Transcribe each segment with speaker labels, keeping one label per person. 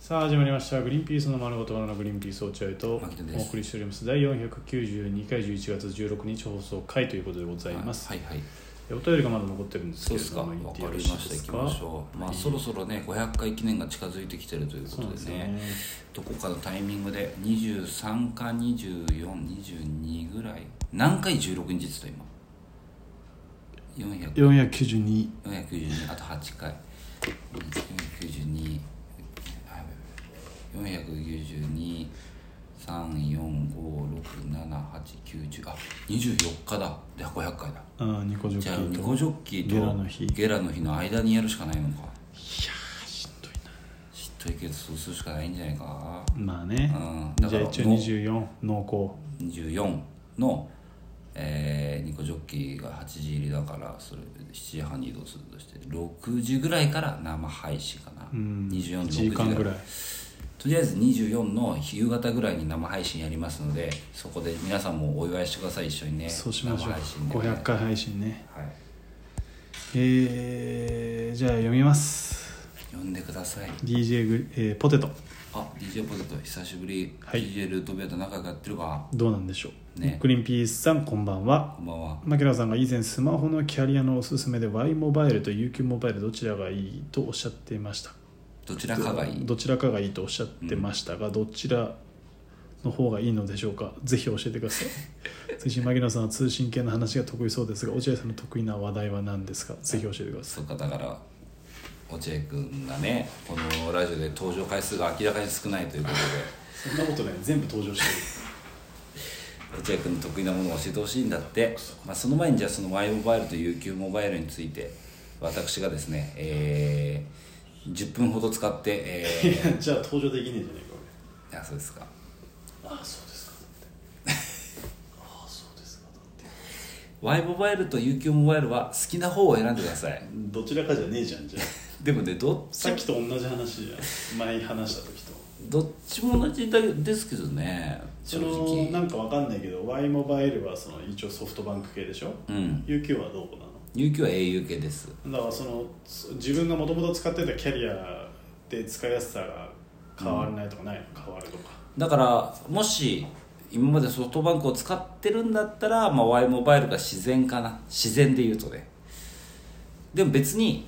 Speaker 1: さあ始まりました「グリーンピースの丸ごとバナナグリーンピース落合」とお
Speaker 2: 牧野です
Speaker 1: 送りしております第492回11月16日放送回ということでございます、
Speaker 2: はいはい
Speaker 1: えお便りがまだ残ってるんです
Speaker 2: そ
Speaker 1: け
Speaker 2: う
Speaker 1: れ
Speaker 2: です
Speaker 1: ど
Speaker 2: か
Speaker 1: も
Speaker 2: わ
Speaker 1: 言って
Speaker 2: かり
Speaker 1: よろ
Speaker 2: ま
Speaker 1: しい
Speaker 2: した
Speaker 1: です
Speaker 2: 行き
Speaker 1: か
Speaker 2: ましょうまあそろそろね500回記念が近づいてきてるというこ
Speaker 1: そう
Speaker 2: と
Speaker 1: なんです
Speaker 2: で
Speaker 1: よ
Speaker 2: ね
Speaker 1: ね
Speaker 2: どこかのタイミングで23か2422ぐらい何回16日っつった今400
Speaker 1: 492
Speaker 2: 492あと8回492あやべやべ492 3 4 5 6 7 8 9 10あ24日だで500回だ
Speaker 1: ああニコジョ
Speaker 2: じゃあ
Speaker 1: ッキ
Speaker 2: ニ
Speaker 1: ーと
Speaker 2: コジョッキーと
Speaker 1: ゲラの日
Speaker 2: ゲラの日の間にやるしかないのか
Speaker 1: しんどい
Speaker 2: しっといけどそうするしかないんじゃないか
Speaker 1: なまあね
Speaker 2: うんだ
Speaker 1: じゃ
Speaker 2: か
Speaker 1: あ
Speaker 2: ら
Speaker 1: 一応
Speaker 2: の
Speaker 1: 24濃
Speaker 2: 24の、えーニコジョッキーが8時入りだからそれ7時半に移動するとして6時ぐらいから生配信かな、
Speaker 1: 厚うん
Speaker 2: 24の
Speaker 1: 1
Speaker 2: 6
Speaker 1: 時
Speaker 2: 時
Speaker 1: 間ぐらい
Speaker 2: とりあえず24の夕方ぐらいに生配信やりますのでそこで皆さんもお祝いしてください一緒にね
Speaker 1: そうしましょう
Speaker 2: 生配信でね、
Speaker 1: 500回配信ね
Speaker 2: はい、
Speaker 1: えー、じゃあ読みます
Speaker 2: 読んでください
Speaker 1: DJ グリ、えーポテト
Speaker 2: あ DJ ポテト久しぶり、
Speaker 1: はい
Speaker 2: DJ ルートビアと仲良くやってるか
Speaker 1: どうなんでしょう、
Speaker 2: ね
Speaker 1: グリーンピースさんこんばんは
Speaker 2: こんばんは
Speaker 1: 牧野さんが以前スマホのキャリアのおすすめで Y モバイルと UQ モバイルどちらがいいとおっしゃっていました
Speaker 2: どちらかがいい
Speaker 1: どちらかがいいとおっしゃってましたが、どちらの方がいいのでしょうかぜひ教えてください ぜひ牧野さんは通信系の話が得意そうですが落合さんの得意な話題は何ですかぜひ教えてください
Speaker 2: そうかだから落合君がねこのラジオで登場回数が明らかに少ないということ
Speaker 1: そんなことない全部登場して
Speaker 2: で落合君の得意なものを教えてほしいんだって、まあ、その前にじゃあその Y モバイルと UQ モバイルについて私がですね、えー10分ほど使って、
Speaker 1: る
Speaker 2: え
Speaker 1: じゃあ登場できねえじゃね
Speaker 2: ー、 あそうですか
Speaker 1: え かああそうですかああそうですか
Speaker 2: Y モバイルと UQ モバイルは好きな方を選んでください
Speaker 1: どちらかじゃねえじゃんじゃ
Speaker 2: でもねどっ
Speaker 1: さっきと同じ話じゃん前話した時と
Speaker 2: どっちも同じだけですけどね
Speaker 1: そ
Speaker 2: 正
Speaker 1: のな
Speaker 2: 直
Speaker 1: んかわかんないけど Y モバイルはその一応ソフトバンク系でしょ
Speaker 2: うん
Speaker 1: UQ はどこなの
Speaker 2: UQ は au 系です
Speaker 1: だからそのつ自分がもともと使ってたキャリアで使いやすさが変わらないとかないの、変わるとか
Speaker 2: だからもし今までソフトバンクを使ってるんだったら、まあ、Y モバイルが自然かな自然で言うとねでも別に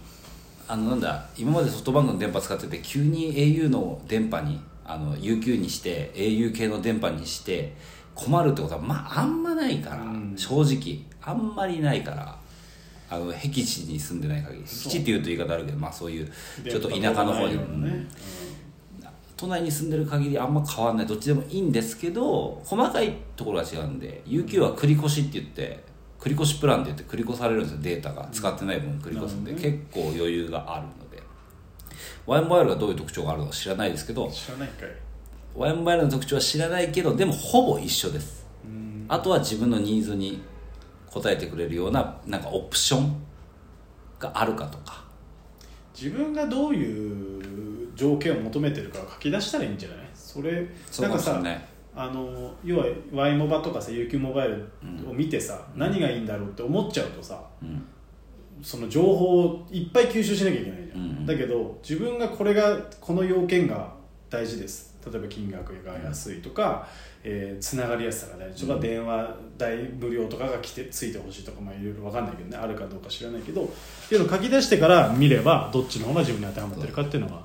Speaker 2: あのなんだ今までソフトバンクの電波使ってて急に au の電波にあの UQ にして au 系の電波にして困るってことはまああんまないから、
Speaker 1: うん
Speaker 2: 正直あんまりないからあの僻地に住んでない限り
Speaker 1: そう
Speaker 2: 僻地っていうと言い方あるけどまあそういう
Speaker 1: で
Speaker 2: ちょっと田舎の方に、
Speaker 1: やっぱ
Speaker 2: う
Speaker 1: ね、
Speaker 2: ん都内に住んでる限りあんま変わんないどっちでもいいんですけど細かいところが違うんで UQ は繰り越しって言って繰り越しプランって言って繰り越されるんですよデータが使ってない分繰り越すんで、
Speaker 1: なる
Speaker 2: 結構余裕があるので Y モバイルがどういう特徴があるのか知らないですけ
Speaker 1: うん
Speaker 2: ど
Speaker 1: 知らないかい
Speaker 2: Y モバイルの特徴は知らないけどでもほぼ一緒です
Speaker 1: うん
Speaker 2: あとは自分のニーズに応えてくれるようななんかオプションがあるかとか
Speaker 1: 自分がどういう条件を求めてるかを書き出したらいいんじゃないそれ
Speaker 2: そう
Speaker 1: なん
Speaker 2: か
Speaker 1: か
Speaker 2: も
Speaker 1: さ
Speaker 2: しれない
Speaker 1: あの要は Y モバとかさ UQ モバイルを見てさ、何がいいんだろうって思っちゃうとさ
Speaker 2: うん
Speaker 1: その情報をいっぱい吸収しなきゃいけないじゃん、
Speaker 2: うん
Speaker 1: だけど自分がこれがこの要件が大事です例えば金額が安いとか、えーつながりやすさが大事とか、
Speaker 2: うん
Speaker 1: 電話代無料とかが来てついてほしいとかまあいろいろ分かんないけどねあるかどうか知らないけどけど書き出してから見ればどっちの方が自分に当てはまってるかっていうのが、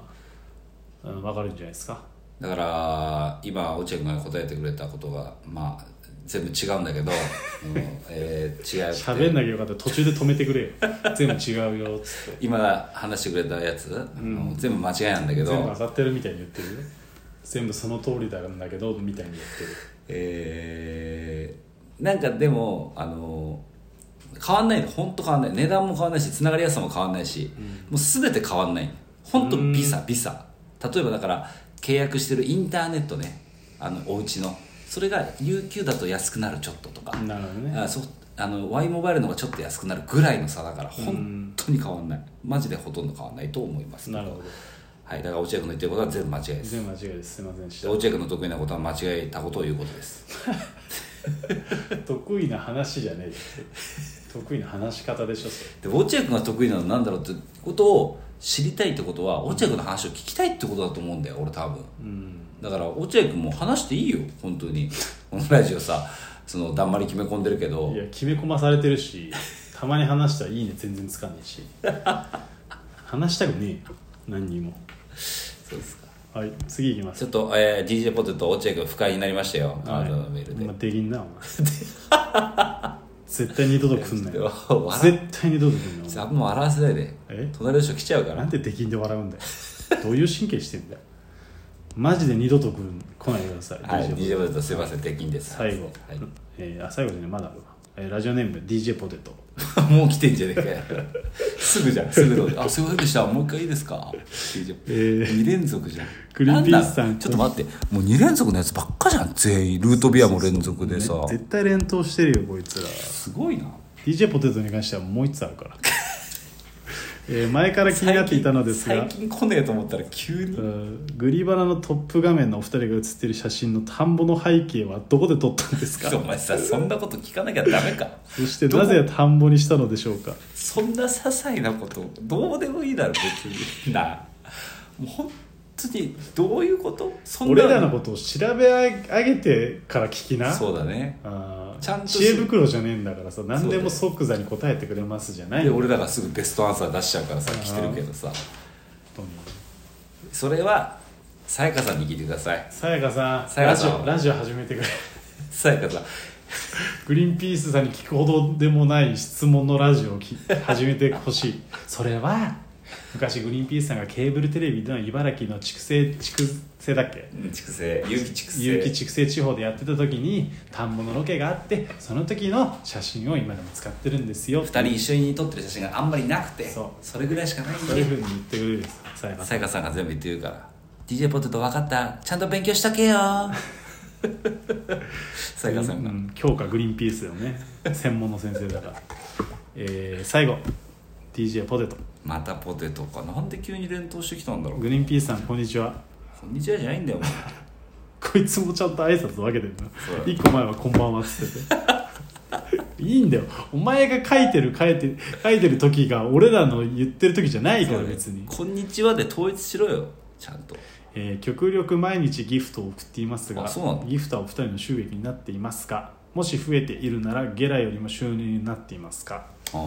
Speaker 1: うん、分かるんじゃないですか
Speaker 2: だから今落合君が答えてくれたことがまあ全部違うんだけど、 うんえー違うって
Speaker 1: 喋んなきゃよかった途中で止めてく れよ全部違うよっつって
Speaker 2: 今話してくれたやつ、
Speaker 1: ん
Speaker 2: あの全部間違いなんだけ
Speaker 1: 全部
Speaker 2: ど
Speaker 1: 当たってるみたいに言ってるよ全部その通りなんだけどみたいに言ってる
Speaker 2: えーなんかでもあの変わんないの本当変わんない値段も変わんないしつながりやすさも変わんないし、もう全て変わんない本当ビサビサ例えばだから契約してるインターネットねあのお家のそれが UQ だと安くなるちょっととか、
Speaker 1: なるほどね
Speaker 2: あそあの Y モバイルの方がちょっと安くなるぐらいの差だから本当に変わんないマジでほとんど変わんないと思います
Speaker 1: なるほど
Speaker 2: はい、だから落合君の言ってることは全部間違いです
Speaker 1: 全部間違いですすいませんでし
Speaker 2: で落合君の得意なことは間違えたことを言うことです
Speaker 1: た得意な話じゃねえよ得意な話し方でしょそれ
Speaker 2: で落合君が得意なのは何だろうってことを知りたいってことは落合君の話を聞きたいってことだと思うんだよ俺多分
Speaker 1: うん
Speaker 2: だから落合君も話していいよ本当に このラジオさそのだんまり決め込んでるけど
Speaker 1: いや決め込まされてるしたまに話したら「いいね」全然つかねえし話したくねえよ何にも
Speaker 2: そうですか
Speaker 1: はい次いきます
Speaker 2: ちょっと、えー、DJ ポテト落合君不快になりましたよあ
Speaker 1: はい
Speaker 2: のメールで
Speaker 1: まあ、できん なお前絶対二度と来んなよ
Speaker 2: 笑
Speaker 1: 絶対二度と来んなよ
Speaker 2: あんま笑わせないで
Speaker 1: え
Speaker 2: 隣の人来ちゃうか
Speaker 1: な
Speaker 2: ら
Speaker 1: んで出禁で笑うんだよどういう神経してんだよマジで二度と来る来ないでください、
Speaker 2: はい
Speaker 1: DJ
Speaker 2: DJ ポテトすいません出禁です
Speaker 1: 最後、
Speaker 2: はい
Speaker 1: えーあ最後じゃないまだあるわ、えーラジオネーム DJ ポテト
Speaker 2: もう来てんじゃねえかよ すぐじゃんす ぐどうぞあすいませんでしたもう一回いいですか
Speaker 1: えー
Speaker 2: 2連続じゃん
Speaker 1: グリーンピースさん
Speaker 2: なだちょっと待ってもう2連続のやつばっかじゃん全員ルートビアも連続でさ
Speaker 1: ね絶対連投してるよこいつら
Speaker 2: すごいな
Speaker 1: DJ ポテトに関してはもう一つあるから、 えー前から気になっていたのですが
Speaker 2: 最近来ねえと思ったら急に、
Speaker 1: うんグリバナのトップ画面のお二人が写ってる写真の田んぼの背景はどこで撮ったんです か
Speaker 2: お前さそんなこと聞かなきゃダメか
Speaker 1: そしてなぜ田んぼにしたのでしょうか
Speaker 2: そんな些細なことどうでもいいだろ別になあもう本当にどういうことそんな
Speaker 1: 俺らのことを調べ上げてから聞きな
Speaker 2: そうだね
Speaker 1: あー
Speaker 2: ちゃんとし
Speaker 1: 知恵袋じゃねえんだからさ何でも即座に答えてくれますじゃない
Speaker 2: で
Speaker 1: よ
Speaker 2: 俺らがすぐベストアンサー出しちゃうからさ来てるけどさ
Speaker 1: 本当に
Speaker 2: それはさやかさんに聞いてください
Speaker 1: さやかさん
Speaker 2: さや
Speaker 1: ラ
Speaker 2: か
Speaker 1: ジ
Speaker 2: さん
Speaker 1: オラジオ始めてくれ
Speaker 2: さやかさん
Speaker 1: グリーンピースさんに聞くほどでもない質問のラジオを き始めてほしいそれは昔グリーンピースさんがケーブルテレビの茨城の畜生畜生だっけ
Speaker 2: うん畜生有機畜生
Speaker 1: 有機畜生地方でやってた時に田んぼのロケがあってその時の写真を今でも使ってるんですよ
Speaker 2: 二人一緒に撮ってる写真があんまりなくて
Speaker 1: そう
Speaker 2: れぐらいしかないん
Speaker 1: そういうふう
Speaker 2: で
Speaker 1: に言ってくれるんですさやかさん
Speaker 2: さやかさんが全部言ってるから「DJ ポテト分かったちゃんと勉強し とけよ」さやかさんが、
Speaker 1: うん、強化グリーンピースだよ ね専門の先生だから、えー最後 DJ ポテト
Speaker 2: またポテトかなんで急に連投してきたんだろう
Speaker 1: グリーンピースさんこんにちは
Speaker 2: こんにちはじゃないんだよお前
Speaker 1: こいつもちゃんと挨拶分けてるな
Speaker 2: そうだ
Speaker 1: 一個前は「こんばんは」っつってていいんだよお前が書いてる書いて書いてる時が俺らの言ってる時じゃないから別に、
Speaker 2: こんにちはで統一しろよちゃんと
Speaker 1: えー極力毎日ギフトを送っていますが
Speaker 2: あそうなんだ
Speaker 1: ギフトはお二人の収益になっていますかもし増えているならゲラよりも収入になっていますか
Speaker 2: あ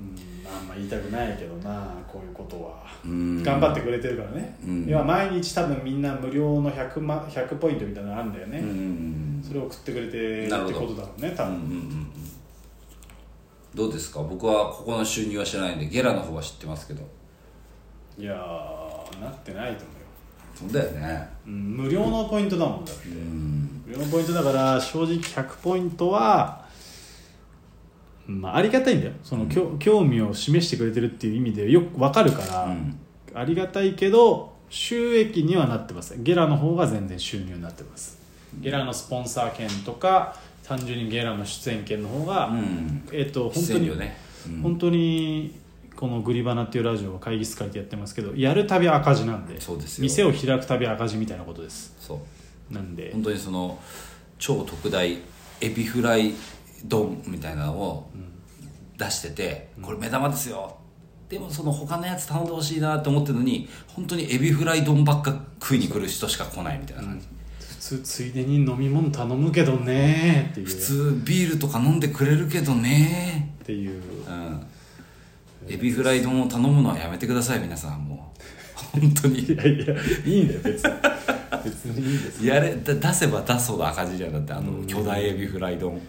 Speaker 1: うんあんま言いたくないけどなこういうことは
Speaker 2: あうん
Speaker 1: 頑張ってくれてるからね、
Speaker 2: うん
Speaker 1: 要は毎日多分みんな無料の 100, ま100ポイントみたいなのあるんだよね、
Speaker 2: うん
Speaker 1: それを送ってくれてるって
Speaker 2: なるほど
Speaker 1: ことだろうね
Speaker 2: う
Speaker 1: 多
Speaker 2: んうんう
Speaker 1: 分、
Speaker 2: んどうですか僕はここの収入は知らないんでゲラの方は知ってますけど
Speaker 1: いやーなってないと思うよ、
Speaker 2: そうだよね
Speaker 1: うん、無料のポイントだもんだって
Speaker 2: うん
Speaker 1: 無料のポイントだから正直100ポイントはまあ、ありがたいんだよその、きょ興味を示してくれてるっていう意味でよくわかるから、
Speaker 2: うん
Speaker 1: ありがたいけど収益にはなってませんゲラの方が全然収入になってますゲラのスポンサー券とか単純にゲラの出演券の方が、
Speaker 2: うん
Speaker 1: えっ、と本当
Speaker 2: 出演
Speaker 1: に、
Speaker 2: 料ねうん
Speaker 1: 本当にこの「グリバナ」っていうラジオを会議室借りてやってますけどやるたび赤字なんで
Speaker 2: そうですよ
Speaker 1: 店を開くたび赤字みたいなことです
Speaker 2: そう
Speaker 1: なんで
Speaker 2: 本当にその超特大エビフライ丼みたいなのを出してて、これ目玉ですよでもその他のやつ頼んでほしいなって思ってるのに本当にエビフライ丼ばっか食いに来る人しか来ないみたいな感じ、
Speaker 1: 普通ついでに飲み物頼むけどねーっていう
Speaker 2: 普通ビールとか飲んでくれるけどね
Speaker 1: っていう
Speaker 2: うんエビフライ丼を頼むのはやめてください皆さんもう本当
Speaker 1: い
Speaker 2: に
Speaker 1: やいやいいんだよ別に別にいいです
Speaker 2: やれだ出せば出すほど赤字じゃんだってあの巨大エビフライ丼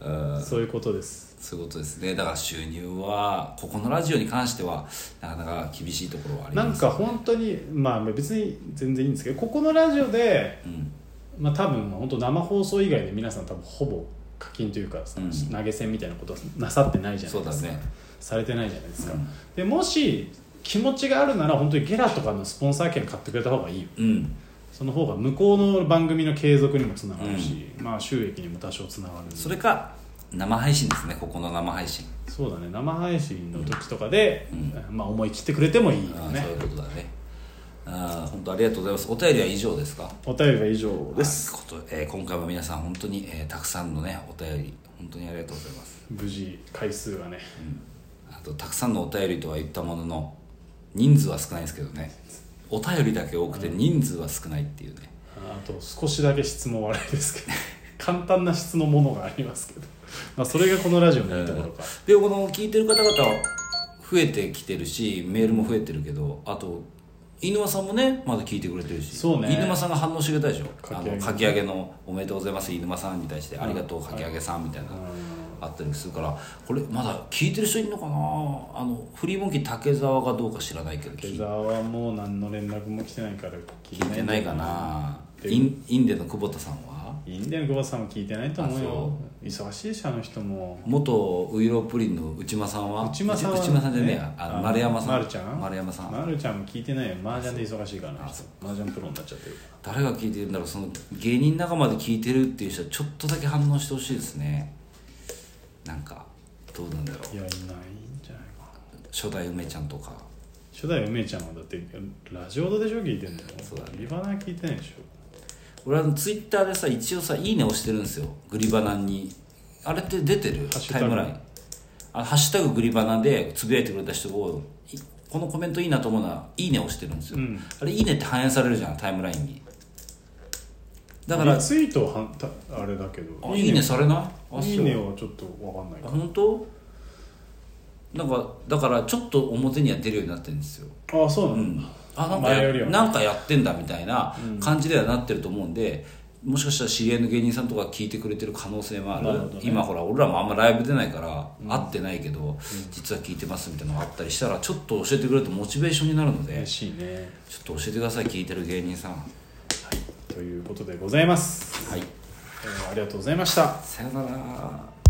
Speaker 2: うん
Speaker 1: そういうことです
Speaker 2: そういうことですねだから収入はここのラジオに関してはなかなか厳しいところはあり
Speaker 1: な
Speaker 2: ま
Speaker 1: ん
Speaker 2: す
Speaker 1: か本当にまあ別に全然いいんですけどここのラジオで、
Speaker 2: うん
Speaker 1: まあ、多分本当生放送以外で皆さん多分ほぼ課金というか、
Speaker 2: うん
Speaker 1: 投げ銭みたいなことはなさってないじゃな
Speaker 2: そ
Speaker 1: いうで
Speaker 2: だ
Speaker 1: すか、
Speaker 2: ね
Speaker 1: されてないじゃないですか、
Speaker 2: うん
Speaker 1: でもし気持ちがあるなら本当にゲラとかのスポンサー券買ってくれた方がいいよ
Speaker 2: うん
Speaker 1: その方が向こうの番組の継続にもつながるし、まあ収益にも多少つながるんで
Speaker 2: それか生配信ですねここの生配信、
Speaker 1: そうだね生配信の時とかで、
Speaker 2: う
Speaker 1: まあ、思い切ってくれてもいいよ
Speaker 2: ああ
Speaker 1: ね
Speaker 2: そういうことだねああ本当ありがとうございますお便りは以上ですか
Speaker 1: お便りは以上です、
Speaker 2: はいこと、えー今回も皆さん本当に、えーたくさんのねお便り本当にありがとうございます、
Speaker 1: 無事回数がね
Speaker 2: うんあとたくさんのお便りとは言ったものの人数は少ないんですけどねお便りだけ多くて人数は少ないっていうね、
Speaker 1: あと少しだけ質問悪いです けど簡単な質のものがありますけど、まあ、それがこのラジオのいいところか、
Speaker 2: でこの聞いてる方々は増えてきてるしメールも増えてるけどあと飯沼さんもねまだ聞いてくれてるし
Speaker 1: そうね
Speaker 2: 飯沼さんが反応してくれたでしょ
Speaker 1: かき揚
Speaker 2: あ
Speaker 1: げ
Speaker 2: のかき揚げの「おめでとうございます飯沼さん」に対して「
Speaker 1: ん
Speaker 2: ありがとうかき揚げさん」みたいな、
Speaker 1: う
Speaker 2: あったりするからこれまだ聞いてる人いるのかなあのフリーモンキー竹澤がどうか知らないけど
Speaker 1: ん、
Speaker 2: 聞
Speaker 1: レ
Speaker 2: い
Speaker 1: ザーはもう何の連絡も来てないから
Speaker 2: 聞いてないかな
Speaker 1: で
Speaker 2: インインデの久保田さんは
Speaker 1: インディアンの久保田さんも聞いてないと思うよ忙しいしあの人も
Speaker 2: 元ウイロプリンの内間さんは
Speaker 1: 内間さんは
Speaker 2: 内内間さんじゃねえやあの丸山さん
Speaker 1: 丸ちゃん
Speaker 2: 丸山さん
Speaker 1: 丸ちゃんも聞いてないよ麻雀で忙しいから
Speaker 2: あ
Speaker 1: 麻
Speaker 2: そ
Speaker 1: 雀プロになっちゃってる
Speaker 2: 誰が聞いてるんだろうその芸人仲間で聞いてるっていう人はちょっとだけ反応してほしいですねなんかどうなんだろう
Speaker 1: いやいないんじゃないかな
Speaker 2: 初代梅ちゃんとか
Speaker 1: 初代梅ちゃんはだってラジオドでしょ聞いてんだよ
Speaker 2: そうだね
Speaker 1: リバナ聞いてないでし
Speaker 2: 俺あのツイッターでさ一応さ「いいね」押してるんですよグリバナにあれって出てる
Speaker 1: ハッシュタ
Speaker 2: タ
Speaker 1: グ
Speaker 2: イムラインあハッシュタググリバナでつぶやいてくれた人をいこのコメントいいなと思うのは「いいね」押してるんです
Speaker 1: ょ、
Speaker 2: よ、
Speaker 1: ん、
Speaker 2: あれ「いいね」って反映されるじゃんタイムラインにだから
Speaker 1: リツイートはんたあれだけ
Speaker 2: 「あ
Speaker 1: ど
Speaker 2: いいね」されないあそう
Speaker 1: いいねはちょっとわかんない
Speaker 2: あ
Speaker 1: か
Speaker 2: 本当なんかだからちょっと表には出るようになってるんですよ、
Speaker 1: ああそうな
Speaker 2: うん
Speaker 1: だ、
Speaker 2: ん、あなんか
Speaker 1: 前よりは
Speaker 2: やなんかやってんだみたいな感じではなってると思うんで、もしかしたら知り合いの芸人さんとか聞いてくれてる可能性もある
Speaker 1: なるほどね
Speaker 2: 今ほら俺らもあんまライブ出ないから会ってないけど、実は聞いてますみたいなのがあったりしたらちょっと教えてくれるとモチベーションになるので、
Speaker 1: 嬉
Speaker 2: ち
Speaker 1: しいね
Speaker 2: ょっと教えてください聞いてる芸人さん
Speaker 1: ということでございます、
Speaker 2: はい
Speaker 1: えーありがとうございました
Speaker 2: さよなら